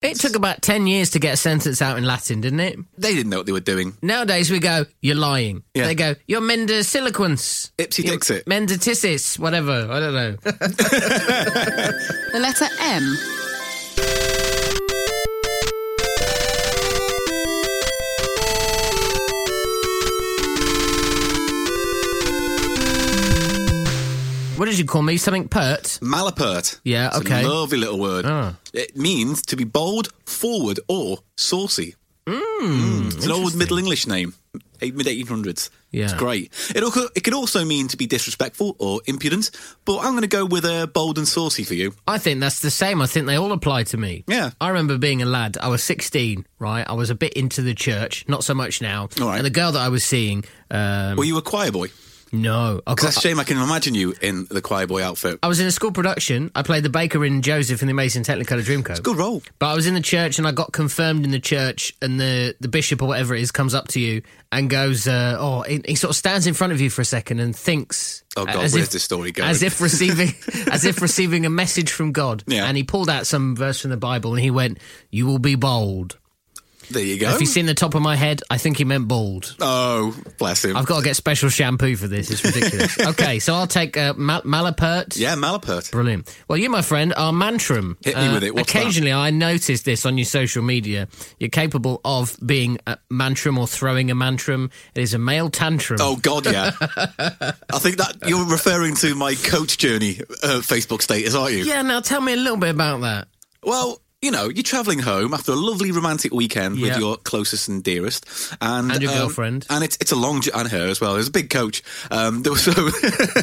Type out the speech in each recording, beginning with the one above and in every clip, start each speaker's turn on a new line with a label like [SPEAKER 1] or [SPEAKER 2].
[SPEAKER 1] It took about 10 years to get a sentence out in Latin, didn't it?
[SPEAKER 2] They didn't know what they were doing.
[SPEAKER 1] Nowadays we go, you're lying.
[SPEAKER 2] Yeah.
[SPEAKER 1] They go, you're mendiciliquence.
[SPEAKER 2] Ipsy
[SPEAKER 1] You're
[SPEAKER 2] dixit.
[SPEAKER 1] Menditicis, whatever. I don't know.
[SPEAKER 3] The letter M.
[SPEAKER 1] what did you call me? Something pert?
[SPEAKER 2] Malapert.
[SPEAKER 1] Yeah,
[SPEAKER 2] It's
[SPEAKER 1] okay.
[SPEAKER 2] a lovely little word.
[SPEAKER 1] Ah.
[SPEAKER 2] It means to be bold, forward, or saucy.
[SPEAKER 1] Hmm,
[SPEAKER 2] Mm, it's an old Middle English name, mid 1800s.
[SPEAKER 1] Yeah.
[SPEAKER 2] It's great. It, also, it could also mean to be disrespectful or impudent, but I'm going to go with uh, bold and saucy for you.
[SPEAKER 1] I think that's the same. I think they all apply to me.
[SPEAKER 2] Yeah.
[SPEAKER 1] I remember being a lad. I was 16, right? I was a bit into the church, not so much now.
[SPEAKER 2] All right.
[SPEAKER 1] And the girl that I was seeing, um, uh,
[SPEAKER 2] Were you a choir boy?
[SPEAKER 1] no. I,
[SPEAKER 2] Because that's a shame I can imagine you in the choir boy outfit.
[SPEAKER 1] I was in a school production. I played the baker in Joseph in the Amazing Technicolor Dreamcoat.
[SPEAKER 2] Good role.
[SPEAKER 1] But I was in the church and I got confirmed in the church, and the, the bishop or whatever it is comes up to you and goes, uh, Oh, he, he sort of stands in front of you for a second and thinks.
[SPEAKER 2] Oh, God,
[SPEAKER 1] Uh, as
[SPEAKER 2] where's
[SPEAKER 1] if-
[SPEAKER 2] this story going?
[SPEAKER 1] As if receiving, as if receiving a message from God.
[SPEAKER 2] Yeah.
[SPEAKER 1] And he pulled out some verse from the Bible and he went, "You will be bold."
[SPEAKER 2] There you go.
[SPEAKER 1] If you've seen the top of my head, I think he meant bald.
[SPEAKER 2] oh, bless him.
[SPEAKER 1] I've got to get special shampoo for this. It's ridiculous. okay, so I'll take uh, mal- malapert.
[SPEAKER 2] yeah, Malapert.
[SPEAKER 1] Brilliant. Well, you, my friend, are mantram.
[SPEAKER 2] Hit me with it. What's that?
[SPEAKER 1] occasionally, I notice this on your social media. You're capable of being a mantram or throwing a mantram. It is a male tantrum.
[SPEAKER 2] Oh God, yeah. I think that you're referring to my coach journey uh, Facebook status, aren't you?
[SPEAKER 1] Yeah, now tell me a little bit about that.
[SPEAKER 2] Well, you know, you're travelling home after a lovely romantic weekend
[SPEAKER 1] Yeah.
[SPEAKER 2] with your closest and dearest, and, um,
[SPEAKER 1] And your girlfriend.
[SPEAKER 2] and it's it's a long jo- and her as well. There's a big coach. Um, there was so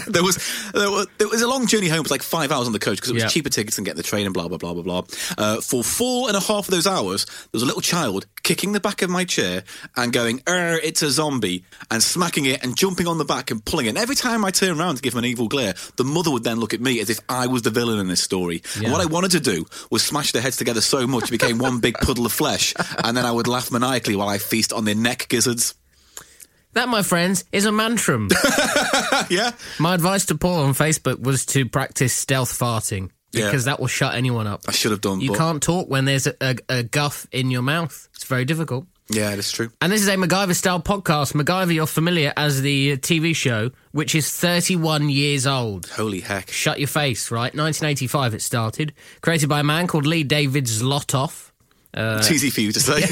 [SPEAKER 2] there was there was there was a long journey home. It was like five hours on the coach because it was
[SPEAKER 1] Yeah.
[SPEAKER 2] cheaper tickets than getting the train and blah blah blah blah blah. Uh, for four and a half of those hours, there was a little child kicking the back of my chair and going, "Er, it's a zombie," and smacking it and jumping on the back and pulling it. And every time I turned around to give him an evil glare, the mother would then look at me as if I was the villain in this story.
[SPEAKER 1] Yeah.
[SPEAKER 2] And what I wanted to do was smash their heads together so much it became one big puddle of flesh, and then I would laugh maniacally while I feast on their neck gizzards.
[SPEAKER 1] That, my friends, is a mantram.
[SPEAKER 2] yeah.
[SPEAKER 1] my advice to Paul on Facebook was to practice stealth farting
[SPEAKER 2] Yeah.
[SPEAKER 1] because that will shut anyone up.
[SPEAKER 2] I should have done.
[SPEAKER 1] You
[SPEAKER 2] but
[SPEAKER 1] can't talk when there's a, a, a guff in your mouth. It's very difficult.
[SPEAKER 2] Yeah, that's true.
[SPEAKER 1] And this is a MacGyver style podcast. MacGyver, you're familiar as the uh, TV show, which is 31 years old.
[SPEAKER 2] Holy heck.
[SPEAKER 1] Shut Your Face, right? 1985 it started. Created by a man called Lee David Zlotoff. Uh,
[SPEAKER 2] it's easy for you to say.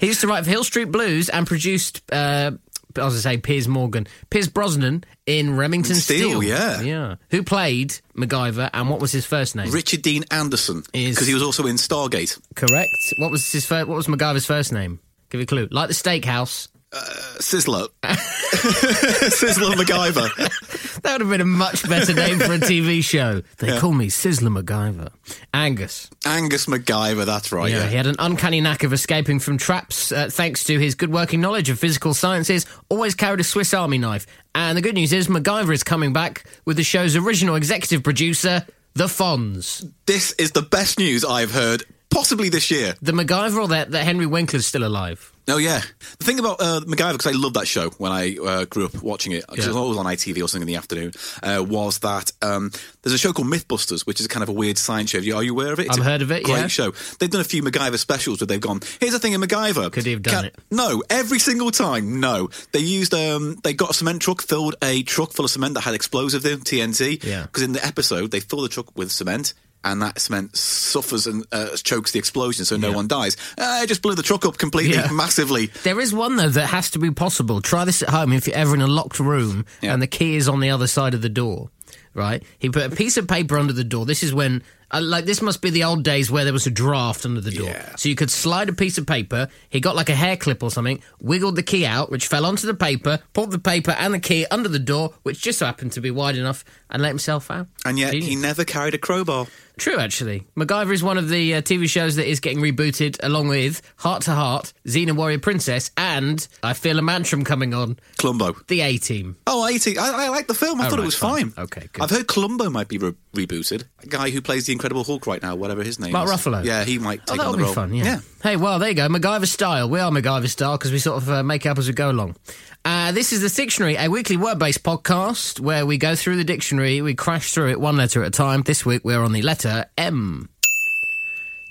[SPEAKER 1] He used to write for Hill Street Blues and produced, uh, I was going to say, Piers Morgan. Piers Brosnan in Remington Steel.
[SPEAKER 2] Steel, yeah.
[SPEAKER 1] Yeah. Who played MacGyver and what was his first name?
[SPEAKER 2] Richard Dean Anderson,
[SPEAKER 1] Is-
[SPEAKER 2] because he was also in Stargate.
[SPEAKER 1] Correct. What was his first, What was MacGyver's first name? Give you a clue. Like the steakhouse.
[SPEAKER 2] Sizzler. Sizzler MacGyver.
[SPEAKER 1] That would have been a much better name for a TV show. They call me Sizzler MacGyver. Angus.
[SPEAKER 2] Angus MacGyver, that's right.
[SPEAKER 1] Yeah,
[SPEAKER 2] Yeah.
[SPEAKER 1] he had an uncanny knack of escaping from traps uh, thanks to his good working knowledge of physical sciences, always carried a Swiss Army knife. And the good news is MacGyver is coming back with the show's original executive producer, The Fonz.
[SPEAKER 2] This is the best news I've heard, possibly this year.
[SPEAKER 1] The MacGyver or that, that Henry Winkler's still alive?
[SPEAKER 2] Oh yeah, the thing about uh, MacGyver because I loved that show when I uh, grew up watching it 'cause
[SPEAKER 1] Yeah.
[SPEAKER 2] it was always on ITV or something in the afternoon. Uh, was that um, there's a show called MythBusters, which is kind of a weird science show. Are you- Are you aware of it? It's
[SPEAKER 1] I've
[SPEAKER 2] a
[SPEAKER 1] heard of it,
[SPEAKER 2] Great
[SPEAKER 1] yeah.
[SPEAKER 2] show. They've done a few MacGyver specials where they've gone. Here's the thing in MacGyver.
[SPEAKER 1] Could he have done it?
[SPEAKER 2] No, every single time. No, they used um, they got a cement truck, filled a truck full of cement that had explosives in TNT.
[SPEAKER 1] Yeah.
[SPEAKER 2] Because in the episode, they fill the truck with cement. And that cement suffers and uh, chokes the explosion, so no one dies. Uh, it just blew the truck up completely,
[SPEAKER 1] Yeah.
[SPEAKER 2] massively.
[SPEAKER 1] There is one, though, that has to be possible. Try this at home if you're ever in a locked room
[SPEAKER 2] Yeah.
[SPEAKER 1] and the key is on the other side of the door, right? He put a piece of paper under the door. This is when, uh, like, this must be the old days where there was a draft under the door.
[SPEAKER 2] Yeah.
[SPEAKER 1] So you could slide a piece of paper. He got like a hair clip or something, wiggled the key out, which fell onto the paper, pulled the paper and the key under the door, which just so happened to be wide enough, and let himself out.
[SPEAKER 2] And yet he
[SPEAKER 1] Genius.
[SPEAKER 2] never carried a crowbar.
[SPEAKER 1] True, actually. MacGyver is one of the uh, TV shows that is getting rebooted, along with Heart to Heart, Xena Warrior Princess, and I Feel a Mantram coming on,
[SPEAKER 2] Columbo.
[SPEAKER 1] The A Team.
[SPEAKER 2] Oh, 80. I, I like the film. I thought
[SPEAKER 1] Oh, right,
[SPEAKER 2] it was
[SPEAKER 1] fine.
[SPEAKER 2] fine.
[SPEAKER 1] Okay, good.
[SPEAKER 2] I've heard Columbo might be re- rebooted. A guy who plays the Incredible Hulk right now, whatever his name
[SPEAKER 1] Mark
[SPEAKER 2] is.
[SPEAKER 1] Ruffalo.
[SPEAKER 2] Yeah, he might
[SPEAKER 1] Oh,
[SPEAKER 2] take
[SPEAKER 1] that'll
[SPEAKER 2] on
[SPEAKER 1] be
[SPEAKER 2] the role.
[SPEAKER 1] fun, yeah. Hey, well, there you go. MacGyver style. We are MacGyver style because we sort of uh, make up as we go along. Uh, this is The Dictionary, a weekly word based podcast where we go through the dictionary, we crash through it one letter at a time. This week we're on the letter M.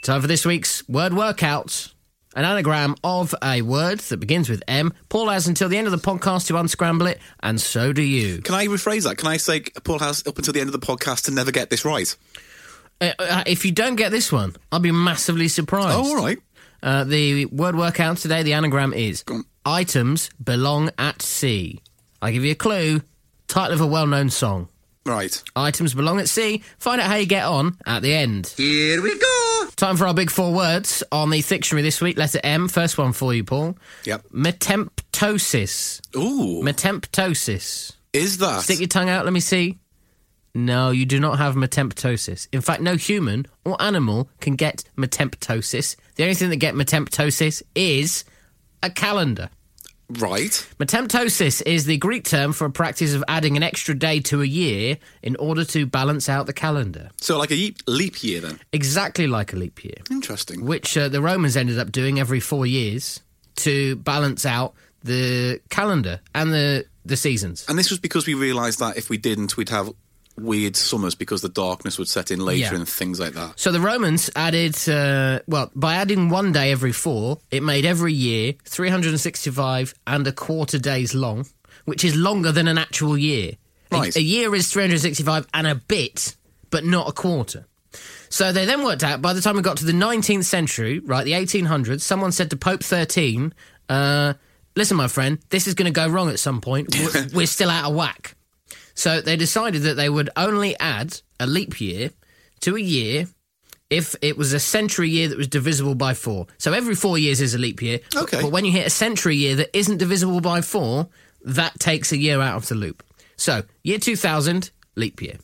[SPEAKER 1] Time for this week's word workout. An anagram of a word that begins with M. Paul has until the end of the podcast to unscramble it, and so do you.
[SPEAKER 2] Can I rephrase that? Can I say Paul has up until the end of the podcast to never get this right?
[SPEAKER 1] Uh, uh, if you don't get this one, I'll be massively surprised.
[SPEAKER 2] Oh, all right.
[SPEAKER 1] Uh, the word workout today, the anagram is
[SPEAKER 2] on.
[SPEAKER 1] Items Belong at Sea. I give you a clue title of a well known song.
[SPEAKER 2] Right.
[SPEAKER 1] Items belong at sea. Find out how you get on at the end.
[SPEAKER 2] Here we go.
[SPEAKER 1] Time for our big four words on the dictionary this week. Letter M. First one for you, Paul.
[SPEAKER 2] Yep.
[SPEAKER 1] Metemptosis.
[SPEAKER 2] Ooh.
[SPEAKER 1] Metemptosis.
[SPEAKER 2] is that?
[SPEAKER 1] Stick your tongue out. Let me see. No, you do not have metemptosis. In fact, no human or animal can get metemptosis. The only thing that get metemptosis is a calendar.
[SPEAKER 2] right.
[SPEAKER 1] Metemptosis is the Greek term for a practice of adding an extra day to a year in order to balance out the calendar.
[SPEAKER 2] So like a ye- leap year then.
[SPEAKER 1] Exactly like a leap year,
[SPEAKER 2] Interesting.
[SPEAKER 1] which uh, the Romans ended up doing every four years to balance out the calendar and the, the seasons.
[SPEAKER 2] And this was because we realised that if we didn't, we'd have weird summers because the darkness would set in later
[SPEAKER 1] Yeah.
[SPEAKER 2] and things like that.
[SPEAKER 1] So the Romans added, uh, well, by adding one day every four, it made every year 365 and a quarter days long, which is longer than an actual year. A-
[SPEAKER 2] Right.
[SPEAKER 1] A, year is 365 and a bit, but not a quarter. So they then worked out by the time we got to the 19th century, right, the 1800s, someone said to Pope 13, uh, listen, my friend, this is going to go wrong at some point. We're, we're still out of whack. So they decided that they would only add a leap year to a year if it was a century year that was divisible by four. So every four years is a leap year. but-
[SPEAKER 2] Okay.
[SPEAKER 1] But when you hit a century year that isn't divisible by four, that takes a year out of the loop. So year 2000, leap year.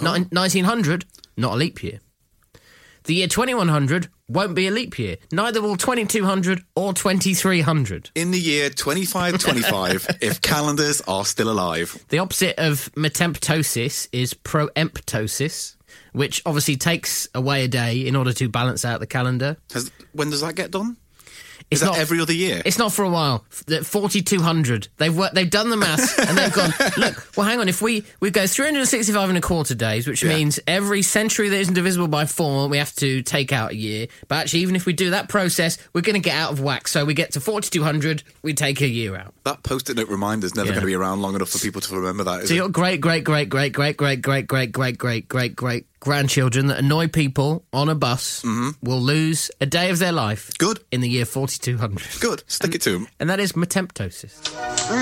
[SPEAKER 1] Nin 1900, not a leap year. The year 2100 won't be a leap year. Neither will 2200 or 2300.
[SPEAKER 2] In the year 2525, if calendars are still alive.
[SPEAKER 1] The opposite of metemptosis is proemptosis, which obviously takes away a day in order to balance out the calendar.
[SPEAKER 2] Has, when does that get done?
[SPEAKER 1] It's
[SPEAKER 2] Is that every other year?
[SPEAKER 1] It's not for a while. Forty two hundred. They've worked, they've done the maths and they've gone. Look, well, hang on. If we we go three hundred and sixty five and a quarter days, which means every century that isn't divisible by four, we have to take out a year. But actually, even if we do that process, we're going to get out of whack. So we get to forty two hundred, we take a year out.
[SPEAKER 2] That post-it note reminder's never
[SPEAKER 1] Yeah.
[SPEAKER 2] going to be around long enough for people to remember that. Is
[SPEAKER 1] So
[SPEAKER 2] it?
[SPEAKER 1] your great, great, great, great, great, great, great, great, great, great, great, great grandchildren that annoy people on a bus
[SPEAKER 2] Mm-hmm.
[SPEAKER 1] will lose a day of their life
[SPEAKER 2] Good.
[SPEAKER 1] in the year forty two hundred,
[SPEAKER 2] Good. Stick it to him.
[SPEAKER 1] and that is metemptosis.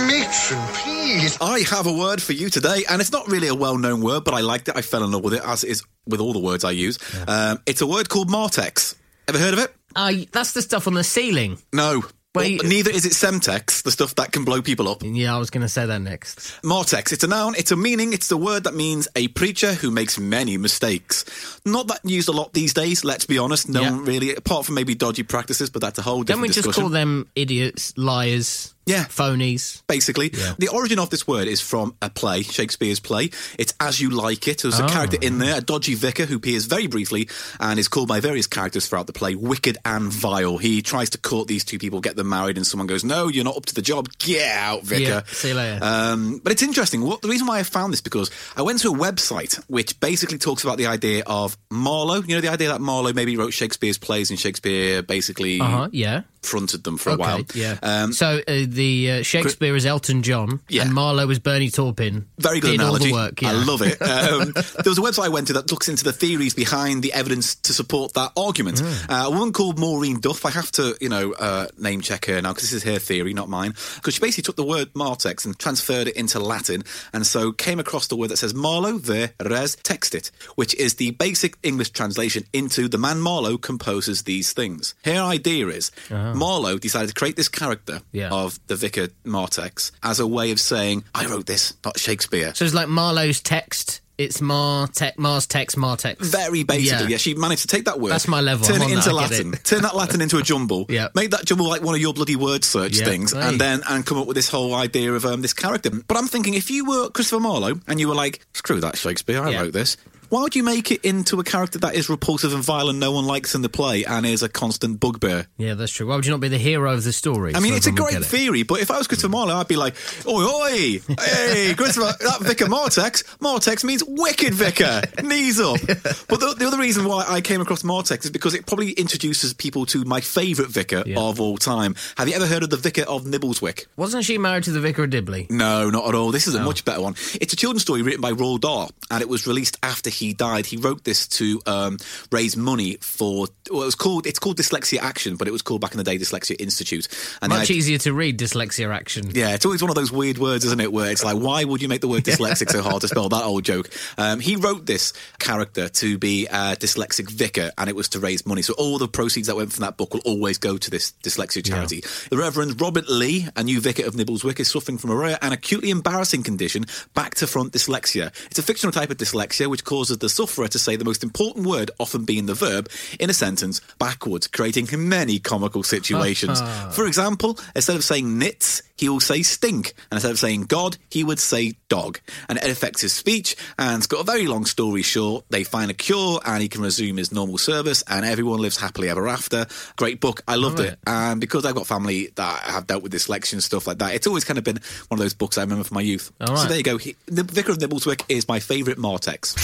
[SPEAKER 3] Matron, please.
[SPEAKER 2] I have a word for you today, and it's not really a well-known word, but I liked it. I fell in love with it, as is with all the words I use. Um, it's a word called Martex. Ever heard of it?
[SPEAKER 1] Uh, that's the stuff on the ceiling.
[SPEAKER 2] No.
[SPEAKER 1] Well,
[SPEAKER 2] Well,
[SPEAKER 1] you-
[SPEAKER 2] neither is it Semtex, the stuff that can blow people up.
[SPEAKER 1] Yeah, I was going to say that next.
[SPEAKER 2] Martex, it's a noun, it's a meaning, it's the word that means a preacher who makes many mistakes. Not that used a lot these days, let's be honest. No
[SPEAKER 1] Yeah.
[SPEAKER 2] one really, apart from maybe dodgy practices, but that's a whole
[SPEAKER 1] Don't
[SPEAKER 2] different
[SPEAKER 1] we just
[SPEAKER 2] discussion.
[SPEAKER 1] call them idiots, liars,
[SPEAKER 2] Yeah.
[SPEAKER 1] phonies?
[SPEAKER 2] basically. The origin of this word is from a play, Shakespeare's play. It's As You Like It.
[SPEAKER 1] Ah.
[SPEAKER 2] There's a character in there, a dodgy vicar who appears very briefly and is called by various characters throughout the play wicked and vile. He tries to court these two people, get them married, and someone goes, No, you're not up to the job. Get out, vicar.
[SPEAKER 1] Yeah, see you later.
[SPEAKER 2] Um, but it's interesting. What the reason why I found this because I went to a website which basically talks about the idea of Marlowe. You know, the idea that Marlowe maybe wrote Shakespeare's plays and Shakespeare basically
[SPEAKER 1] Uh huh. Yeah.
[SPEAKER 2] fronted them for a
[SPEAKER 1] Okay.
[SPEAKER 2] while.
[SPEAKER 1] Yeah.
[SPEAKER 2] Um,
[SPEAKER 1] so uh, the uh, Shakespeare is Elton John,
[SPEAKER 2] Yeah.
[SPEAKER 1] and Marlowe is Bernie Taupin.
[SPEAKER 2] Very good
[SPEAKER 1] did
[SPEAKER 2] analogy.
[SPEAKER 1] All the work. Yeah.
[SPEAKER 2] I love it. Um, there was a website I went to that looks into the theories behind the evidence to support that argument. Uh, a woman called Maureen Duff. I have to, you know, uh, name check her now because this is her theory, not mine. Because she basically took the word Martex and transferred it into Latin, and so came across the word that says Marlo ver res textit, which is the basic English translation into the man Marlowe composes these things. Her idea is Marlowe decided to create this character
[SPEAKER 1] Yeah.
[SPEAKER 2] of the vicar Martex as a way of saying, "I wrote this, not Shakespeare."
[SPEAKER 1] So it's like Marlowe's text. It's Mar te- Mars text, Martex.
[SPEAKER 2] Very basically,
[SPEAKER 1] Yeah.
[SPEAKER 2] yeah. She managed to take that word.
[SPEAKER 1] That's my level.
[SPEAKER 2] Turn
[SPEAKER 1] I'm on
[SPEAKER 2] it
[SPEAKER 1] that.
[SPEAKER 2] into
[SPEAKER 1] I get
[SPEAKER 2] Latin. Turn that Latin into a jumble.
[SPEAKER 1] Yeah.
[SPEAKER 2] Make that jumble like one of your bloody word search
[SPEAKER 1] Yeah.
[SPEAKER 2] things,
[SPEAKER 1] Right.
[SPEAKER 2] and then and come up with this whole idea of um, this character. But I'm thinking, if you were Christopher Marlowe and you were like, "Screw that Shakespeare, I
[SPEAKER 1] Yeah.
[SPEAKER 2] wrote this." Why would you make it into a character that is repulsive and violent, no one likes in the play, and is a constant bugbear?
[SPEAKER 1] Yeah, that's true. Why would you not be the hero of the story?
[SPEAKER 2] I mean,
[SPEAKER 1] so
[SPEAKER 2] it's a
[SPEAKER 1] everyone would
[SPEAKER 2] great
[SPEAKER 1] get it?
[SPEAKER 2] theory, but if I was Christopher Marlowe, I'd be like, oi, oi, hey, Christopher, that Vicar Martex, Martex means wicked Vicar, knees up. But the, the other reason why I came across Martex is because it probably introduces people to my favourite Vicar
[SPEAKER 1] Yeah.
[SPEAKER 2] of all time. Have you ever heard of the Vicar of Nibbleswick?
[SPEAKER 1] Wasn't she married to the vicar of Dibley?
[SPEAKER 2] No, not at all. This is a much better one. It's a children's story written by Roald Dahl, and it was released after he died. He wrote this to um, raise money for well, it was called it's called Dyslexia Action, but it was called back in the day Dyslexia Institute. And the
[SPEAKER 1] Much
[SPEAKER 2] idea-
[SPEAKER 1] easier to read dyslexia action.
[SPEAKER 2] yeah, it's always one of those weird words, isn't it? Where it's like, why would you make the word dyslexic so hard to spell? That old joke. Um, he wrote this character to be a dyslexic vicar, and it was to raise money. So all the proceeds that went from that book will always go to this dyslexia charity. The Reverend Robert Lee, a new vicar of Nibbleswick, is suffering from a rare and acutely embarrassing condition, back to front dyslexia. It's a fictional type of dyslexia which causes the sufferer to say the most important word, often being the verb, in a sentence backwards, creating many comical situations. For example, instead of saying knits, he will say stink. And instead of saying God, he would say dog. And it affects his speech. And it's got a very long story short. They find a cure and he can resume his normal service and everyone lives happily ever after. Great book. I loved
[SPEAKER 1] Alright.
[SPEAKER 2] it. And because I've got family that have dealt with dyslexia and stuff like that, it's always kind of been one of those books I remember from my youth. So
[SPEAKER 1] Alright.
[SPEAKER 2] there you go. He, the Vicar of Nibbleswick is my favourite Martex.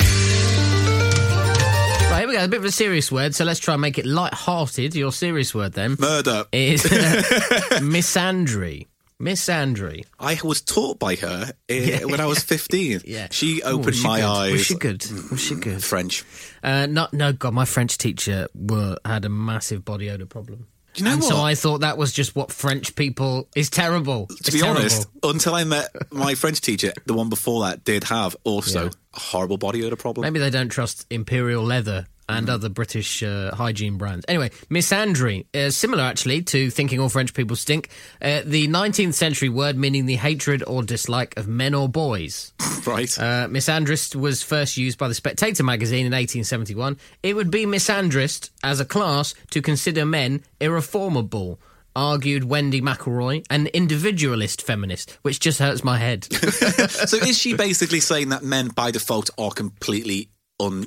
[SPEAKER 1] Right, here we go. A bit of a serious word, so let's try and make it light-hearted. Your serious word then
[SPEAKER 2] Murder.
[SPEAKER 1] is misandry. Misandry.
[SPEAKER 2] I was taught by her uh, when I was 15.
[SPEAKER 1] Yeah,
[SPEAKER 2] She
[SPEAKER 1] Ooh, was
[SPEAKER 2] opened
[SPEAKER 1] she
[SPEAKER 2] my
[SPEAKER 1] good?
[SPEAKER 2] eyes.
[SPEAKER 1] Was she good? Was she good?
[SPEAKER 2] French.
[SPEAKER 1] Uh, no, no, God, my French teacher were, had a massive body odor problem.
[SPEAKER 2] Do you know
[SPEAKER 1] and
[SPEAKER 2] what?
[SPEAKER 1] So I thought that was just what French people is terrible.
[SPEAKER 2] to be honest, until I met my French teacher, the one before that did have also
[SPEAKER 1] Yeah.
[SPEAKER 2] a horrible body odor problem.
[SPEAKER 1] maybe they don't trust imperial leather and
[SPEAKER 2] Mm.
[SPEAKER 1] other British uh, hygiene brands. Anyway, misandry, uh, similar actually to thinking all French people stink, uh, the 19th century word meaning the hatred or dislike of men or boys.
[SPEAKER 2] Right.
[SPEAKER 1] Uh, misandrist was first used by the Spectator magazine in 1871. It would be misandrist as a class to consider men irreformable, argued Wendy McElroy, an individualist feminist, which just hurts my head.
[SPEAKER 2] so is she basically saying that men by default are completely un?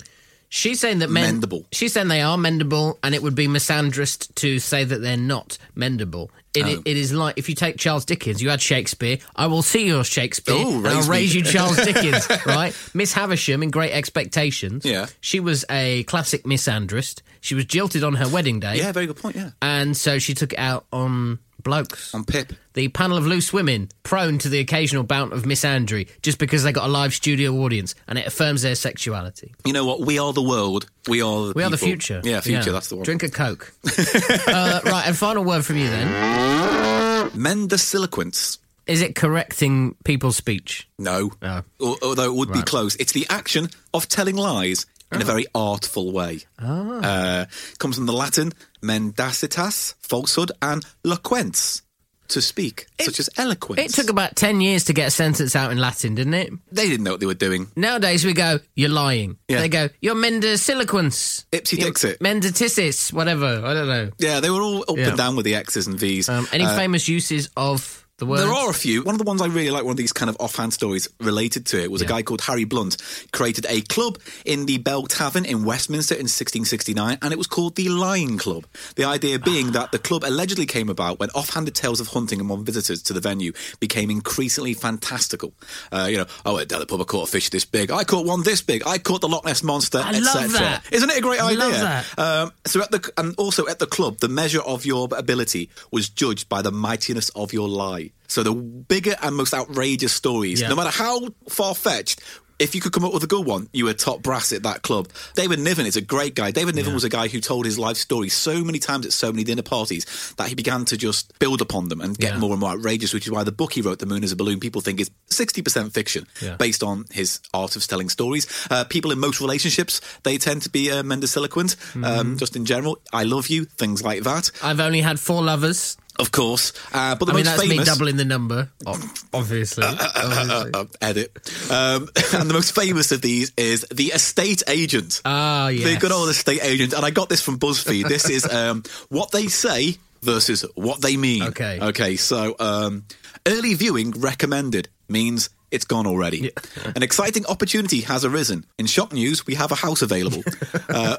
[SPEAKER 1] She's saying that men,
[SPEAKER 2] Mendable.
[SPEAKER 1] She's saying they are mendable, and it would be misandrist to say that they're not mendable. It,
[SPEAKER 2] Oh.
[SPEAKER 1] it is like if you take Charles Dickens, you had Shakespeare. I will see your Shakespeare,
[SPEAKER 2] Oh,
[SPEAKER 1] and I'll
[SPEAKER 2] raise me.
[SPEAKER 1] raise you Charles Dickens, right? Miss Havisham in Great Expectations.
[SPEAKER 2] Yeah.
[SPEAKER 1] she was a classic misandrist. She was jilted on her wedding day,
[SPEAKER 2] Yeah, very good point. Yeah,
[SPEAKER 1] and so she took it out on blokes.
[SPEAKER 2] on Pip.
[SPEAKER 1] the panel of loose women prone to the occasional bout of misandry just because they got a live studio audience and it affirms their sexuality.
[SPEAKER 2] You know what? We are the world. We are. The
[SPEAKER 1] We are the
[SPEAKER 2] people.
[SPEAKER 1] future.
[SPEAKER 2] Yeah, future. That's the one.
[SPEAKER 1] Drink a Coke. uh, right, and final word from you then.
[SPEAKER 2] Mendiciliquence.
[SPEAKER 1] Is it correcting people's speech?
[SPEAKER 2] No.
[SPEAKER 1] No.
[SPEAKER 2] Al- Although it would be close. It's the action of telling lies
[SPEAKER 1] Oh.
[SPEAKER 2] in a very artful way.
[SPEAKER 1] Ah.
[SPEAKER 2] Uh, comes from the Latin mendacitas, falsehood, and loquence, to speak, such as eloquence.
[SPEAKER 1] It took about 10 years to get a sentence out in Latin, didn't it?
[SPEAKER 2] they didn't know what they were doing.
[SPEAKER 1] Nowadays we go, you're lying.
[SPEAKER 2] Yeah.
[SPEAKER 1] They go, you're mendiciliquence.
[SPEAKER 2] Ipsy
[SPEAKER 1] You're
[SPEAKER 2] dixit.
[SPEAKER 1] Menditicis, whatever. I don't know.
[SPEAKER 2] Yeah, they were all up
[SPEAKER 1] Yeah.
[SPEAKER 2] and down with the X's and V's.
[SPEAKER 1] Um, any famous uses of the word?
[SPEAKER 2] There are a few. One of the ones I really like, one of these kind of offhand stories related to it, was a
[SPEAKER 1] Yeah.
[SPEAKER 2] guy called Harry Blunt created a club in the Bell Tavern in Westminster in 1669, and it was called the Lion Club. The idea being that the club allegedly came about when offhanded tales of hunting among visitors to the venue became increasingly fantastical. Uh, you know, I went down the pub, I caught a fish this big, I caught one this big, I caught the Loch Ness monster,
[SPEAKER 1] I
[SPEAKER 2] etc.
[SPEAKER 1] love that.
[SPEAKER 2] Isn't it a great idea?
[SPEAKER 1] Love that.
[SPEAKER 2] Um, so at the and also at the club, the measure of your ability was judged by the mightiness of your lie. So the bigger and most outrageous stories,
[SPEAKER 1] Yeah.
[SPEAKER 2] no matter how far fetched. If you could come up with a good one, you were top brass at that club. David Niven is a great guy. David Niven was a guy who told his life story so many times at so many dinner parties that he began to just build upon them and get
[SPEAKER 1] Yeah.
[SPEAKER 2] more and more outrageous, which is why the book he wrote, The Moon is a Balloon, people think is 60% fiction
[SPEAKER 1] Yeah.
[SPEAKER 2] based on his art of telling stories. Uh, people in most relationships, they tend to be uh, mendiciliquent,
[SPEAKER 1] Mm-hmm.
[SPEAKER 2] um, just in general. I love you, things like that,
[SPEAKER 1] I've only had four lovers.
[SPEAKER 2] of course. Uh, but the
[SPEAKER 1] I mean,
[SPEAKER 2] most
[SPEAKER 1] that's me
[SPEAKER 2] famous.
[SPEAKER 1] doubling the number, o- obviously.
[SPEAKER 2] uh, uh, edit. Um, and the most famous of these is the estate agent.
[SPEAKER 1] Ah, yes.
[SPEAKER 2] The good old estate agent. And I got this from BuzzFeed. This is um, what they say versus what they mean.
[SPEAKER 1] Okay.
[SPEAKER 2] Okay. So um, early viewing recommended means It's gone already. An exciting opportunity has arisen. In shock news, we have a house available. uh,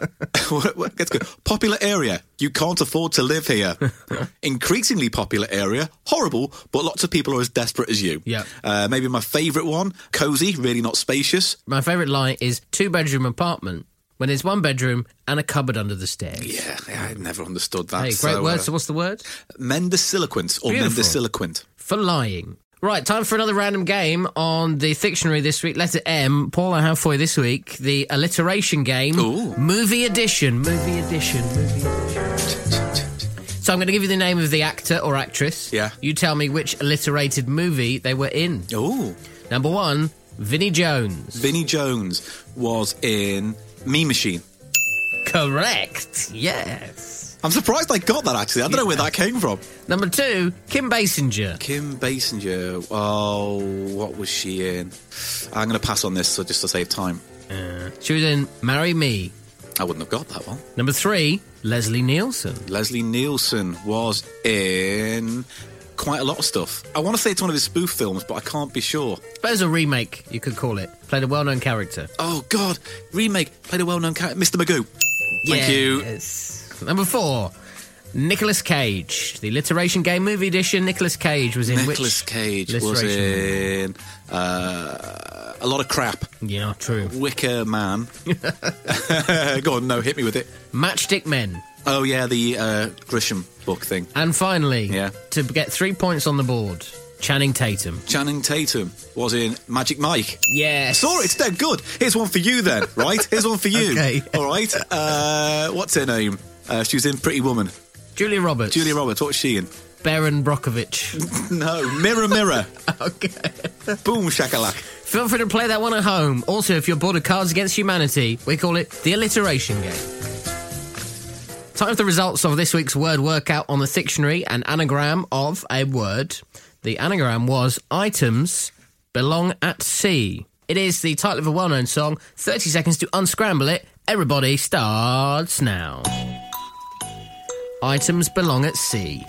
[SPEAKER 2] let's go. Popular area. You can't afford to live here. Increasingly popular area. Horrible, but lots of people are as desperate as you.
[SPEAKER 1] Yeah.
[SPEAKER 2] Uh, maybe my favourite one. Cozy, really not spacious.
[SPEAKER 1] My favourite line is two bedroom apartment when there's one bedroom and a cupboard under the stairs.
[SPEAKER 2] Yeah, I never understood that.
[SPEAKER 1] Hey, great
[SPEAKER 2] so,
[SPEAKER 1] word.
[SPEAKER 2] uh,
[SPEAKER 1] So what's the word?
[SPEAKER 2] Mendesiloquent or
[SPEAKER 1] Beautiful.
[SPEAKER 2] mendesiloquent.
[SPEAKER 1] For lying. Right, time for another random game on the Fictionary this week. Letter M. Paul, I have for you this week the alliteration game.
[SPEAKER 2] Ooh.
[SPEAKER 1] Movie edition. Movie edition. Movie edition. So I'm going to give you the name of the actor or actress.
[SPEAKER 2] Yeah.
[SPEAKER 1] You tell me which alliterated movie they were in.
[SPEAKER 2] Oh,
[SPEAKER 1] Number one, Vinnie Jones.
[SPEAKER 2] Vinnie Jones was in Me Machine.
[SPEAKER 1] Correct. Yes.
[SPEAKER 2] I'm surprised I got that actually. I don't know where that came from.
[SPEAKER 1] Number two, Kim Basinger.
[SPEAKER 2] Kim Basinger. Oh, what was she in? I'm going to pass on this so just to save time.
[SPEAKER 1] She was in Marry Me.
[SPEAKER 2] I wouldn't have got that one.
[SPEAKER 1] Number three, Leslie Nielsen.
[SPEAKER 2] Leslie Nielsen was in quite a lot of stuff. I want to say it's one of his spoof films, but I can't be sure.
[SPEAKER 1] Suppose a remake, you could call it. Played a well known character.
[SPEAKER 2] Oh God! Remake played a well-known character, Mr. Magoo. Thank you.
[SPEAKER 1] Yes. Number four, Nicolas Cage. The alliteration game movie edition. Nicolas Cage was in
[SPEAKER 2] Nicholas
[SPEAKER 1] which?
[SPEAKER 2] Cage was in uh, a lot of crap.
[SPEAKER 1] Yeah, true.
[SPEAKER 2] Wicker Man. Go on, no, hit me with it.
[SPEAKER 1] Matchstick Men.
[SPEAKER 2] Oh yeah, the uh, Grisham book thing.
[SPEAKER 1] And finally,
[SPEAKER 2] Yeah.
[SPEAKER 1] to get three points on the board, Channing Tatum.
[SPEAKER 2] Channing Tatum was in Magic Mike.
[SPEAKER 1] Yes.
[SPEAKER 2] Saw it, it's dead good. Here's one for you then, right? Here's one for you.
[SPEAKER 1] Okay.
[SPEAKER 2] All right. Uh, what's her name? Uh, she was in Pretty Woman.
[SPEAKER 1] Julia Roberts.
[SPEAKER 2] Julia Roberts. What's she in?
[SPEAKER 1] Baron Brockovich.
[SPEAKER 2] No, Mirror Mirror.
[SPEAKER 1] okay.
[SPEAKER 2] Boom shakalak.
[SPEAKER 1] Feel free to play that one at home. Also, if you're bored of Cards Against Humanity, we call it the alliteration game. Time for the results of this week's word workout on the dictionary an anagram of a word. The anagram was items belong at sea. It is the title of a well known song. 30 seconds to unscramble it. Everybody starts now. Items belong at sea.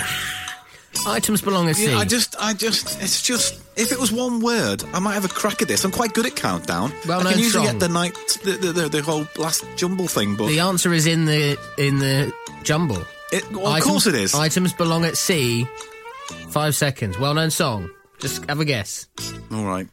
[SPEAKER 1] Ah. Items belong at sea.
[SPEAKER 2] Yeah, I just, I just, it's just. If it was one word, I might have a crack at this. I'm quite good at countdown.
[SPEAKER 1] Well,
[SPEAKER 2] I
[SPEAKER 1] no,
[SPEAKER 2] can usually
[SPEAKER 1] strong.
[SPEAKER 2] get the night, the, the, the, the whole last jumble thing, but
[SPEAKER 1] The answer is in the in the jumble.
[SPEAKER 2] it, well, of course it is.
[SPEAKER 1] Items belong at sea. Five seconds. Well known song. Just have a guess.
[SPEAKER 2] All right.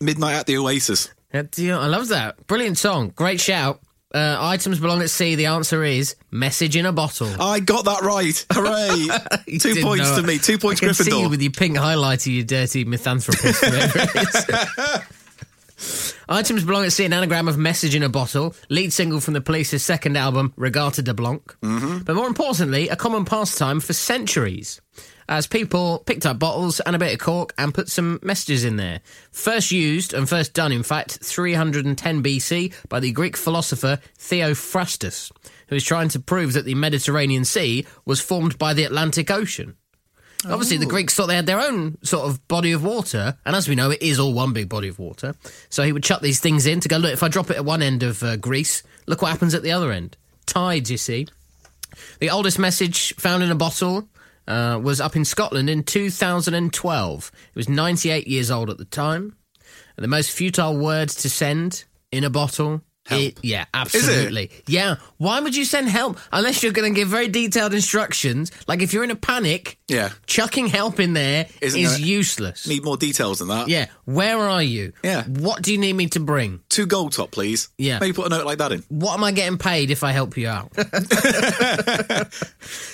[SPEAKER 2] Midnight at the Oasis.
[SPEAKER 1] At the- I love that. Brilliant song. Great shout. Uh, items belong at sea. The answer is message in a bottle.
[SPEAKER 2] I got that right. Hooray.
[SPEAKER 1] You
[SPEAKER 2] Uh, Two
[SPEAKER 1] did
[SPEAKER 2] points
[SPEAKER 1] know
[SPEAKER 2] to
[SPEAKER 1] it.
[SPEAKER 2] me. Two points
[SPEAKER 1] I can see you
[SPEAKER 2] Gryffindor.
[SPEAKER 1] with your pink highlighter, you dirty misanthropist. whatever it is. Items belong at sea. An anagram of message in a bottle. Lead single from the Police's second album, Regatta de Blanc. Mm-hmm. But more importantly, a common pastime for centuries. As people picked up bottles and a bit of cork and put some messages in there. First used and first done, in fact, 310 BC by the Greek philosopher Theophrastus, who is trying to prove that the Mediterranean Sea was formed by the Atlantic Ocean. Obviously, the Greeks thought they had their own sort of body of water, and as we know, it is all one big body of water. So he would chuck these things in to go, look, if I drop it at one end of uh, Greece, look what happens at the other end. Tides, you see. The oldest message found in a bottle uh, was up in Scotland in 2012. It was 98 years old at the time. And the most futile word to send in a bottle.
[SPEAKER 2] Help.
[SPEAKER 1] i- yeah, absolutely. Yeah. Why would you send help unless you're going to give very detailed instructions? Like if you're in a panic,
[SPEAKER 2] Yeah.
[SPEAKER 1] chucking help in there is
[SPEAKER 2] Isn't gonna-
[SPEAKER 1] useless.
[SPEAKER 2] Need more details than that.
[SPEAKER 1] yeah. Where are you?
[SPEAKER 2] Yeah.
[SPEAKER 1] What do you need me to bring?
[SPEAKER 2] Two gold top, please.
[SPEAKER 1] Yeah.
[SPEAKER 2] Maybe put a note like that in.
[SPEAKER 1] What am I getting paid if I help you out?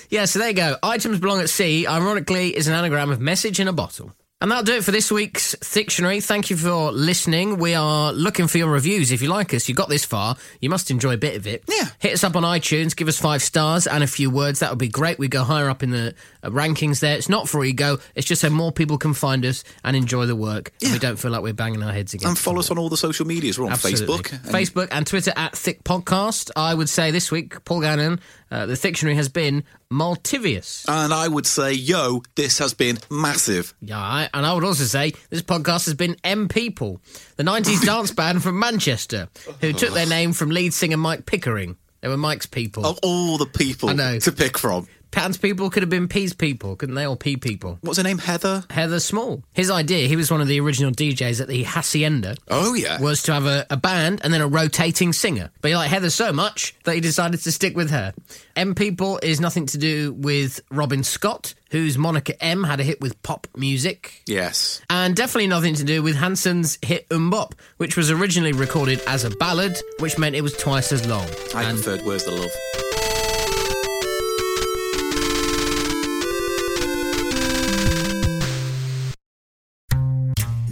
[SPEAKER 1] yeah, so there you go. Items belong at sea, ironically, is an anagram of message in a bottle. And that'll do it for this week's Dictionary. Thank you for listening. We are looking for your reviews. If you like us, you got this far, you must enjoy a bit of it.
[SPEAKER 2] Yeah.
[SPEAKER 1] Hit us up on iTunes, give us five stars and a few words. That would be great. We go higher up in the uh, rankings there. It's not for ego. It's just so more people can find us and enjoy the work. And we
[SPEAKER 2] Yeah.
[SPEAKER 1] don't feel like we're banging our heads against.
[SPEAKER 2] And follow us on all the social medias. We're on
[SPEAKER 1] Absolutely.
[SPEAKER 2] Facebook. and-
[SPEAKER 1] Facebook and Twitter at Thick Podcast. I would say this week, Paul Gannon, uh, the dictionary has been Maltivious.
[SPEAKER 2] And I would say, yo, this has been massive.
[SPEAKER 1] Yeah, I, and I would also say this podcast has been M People, the 90s dance band from Manchester,
[SPEAKER 2] Oh.
[SPEAKER 1] who took their name from lead singer Mike Pickering. They were Mike's people.
[SPEAKER 2] Of all the people
[SPEAKER 1] know.
[SPEAKER 2] to pick from.
[SPEAKER 1] Patton's people could have been P's people, couldn't they? Or P people.
[SPEAKER 2] What's her name? Heather?
[SPEAKER 1] Heather Small. His idea, he was one of the original DJs at the Hacienda,
[SPEAKER 2] Oh, yeah.
[SPEAKER 1] was to have a, a band and then a rotating singer. But he liked Heather so much that he decided to stick with her. M People is nothing to do with Robin Scott, whose moniker M had a hit with pop music.
[SPEAKER 2] yes.
[SPEAKER 1] And definitely nothing to do with Hanson's hit Umbop, which was originally recorded as a ballad, which meant it was twice as long.
[SPEAKER 2] I preferred Where's the Love?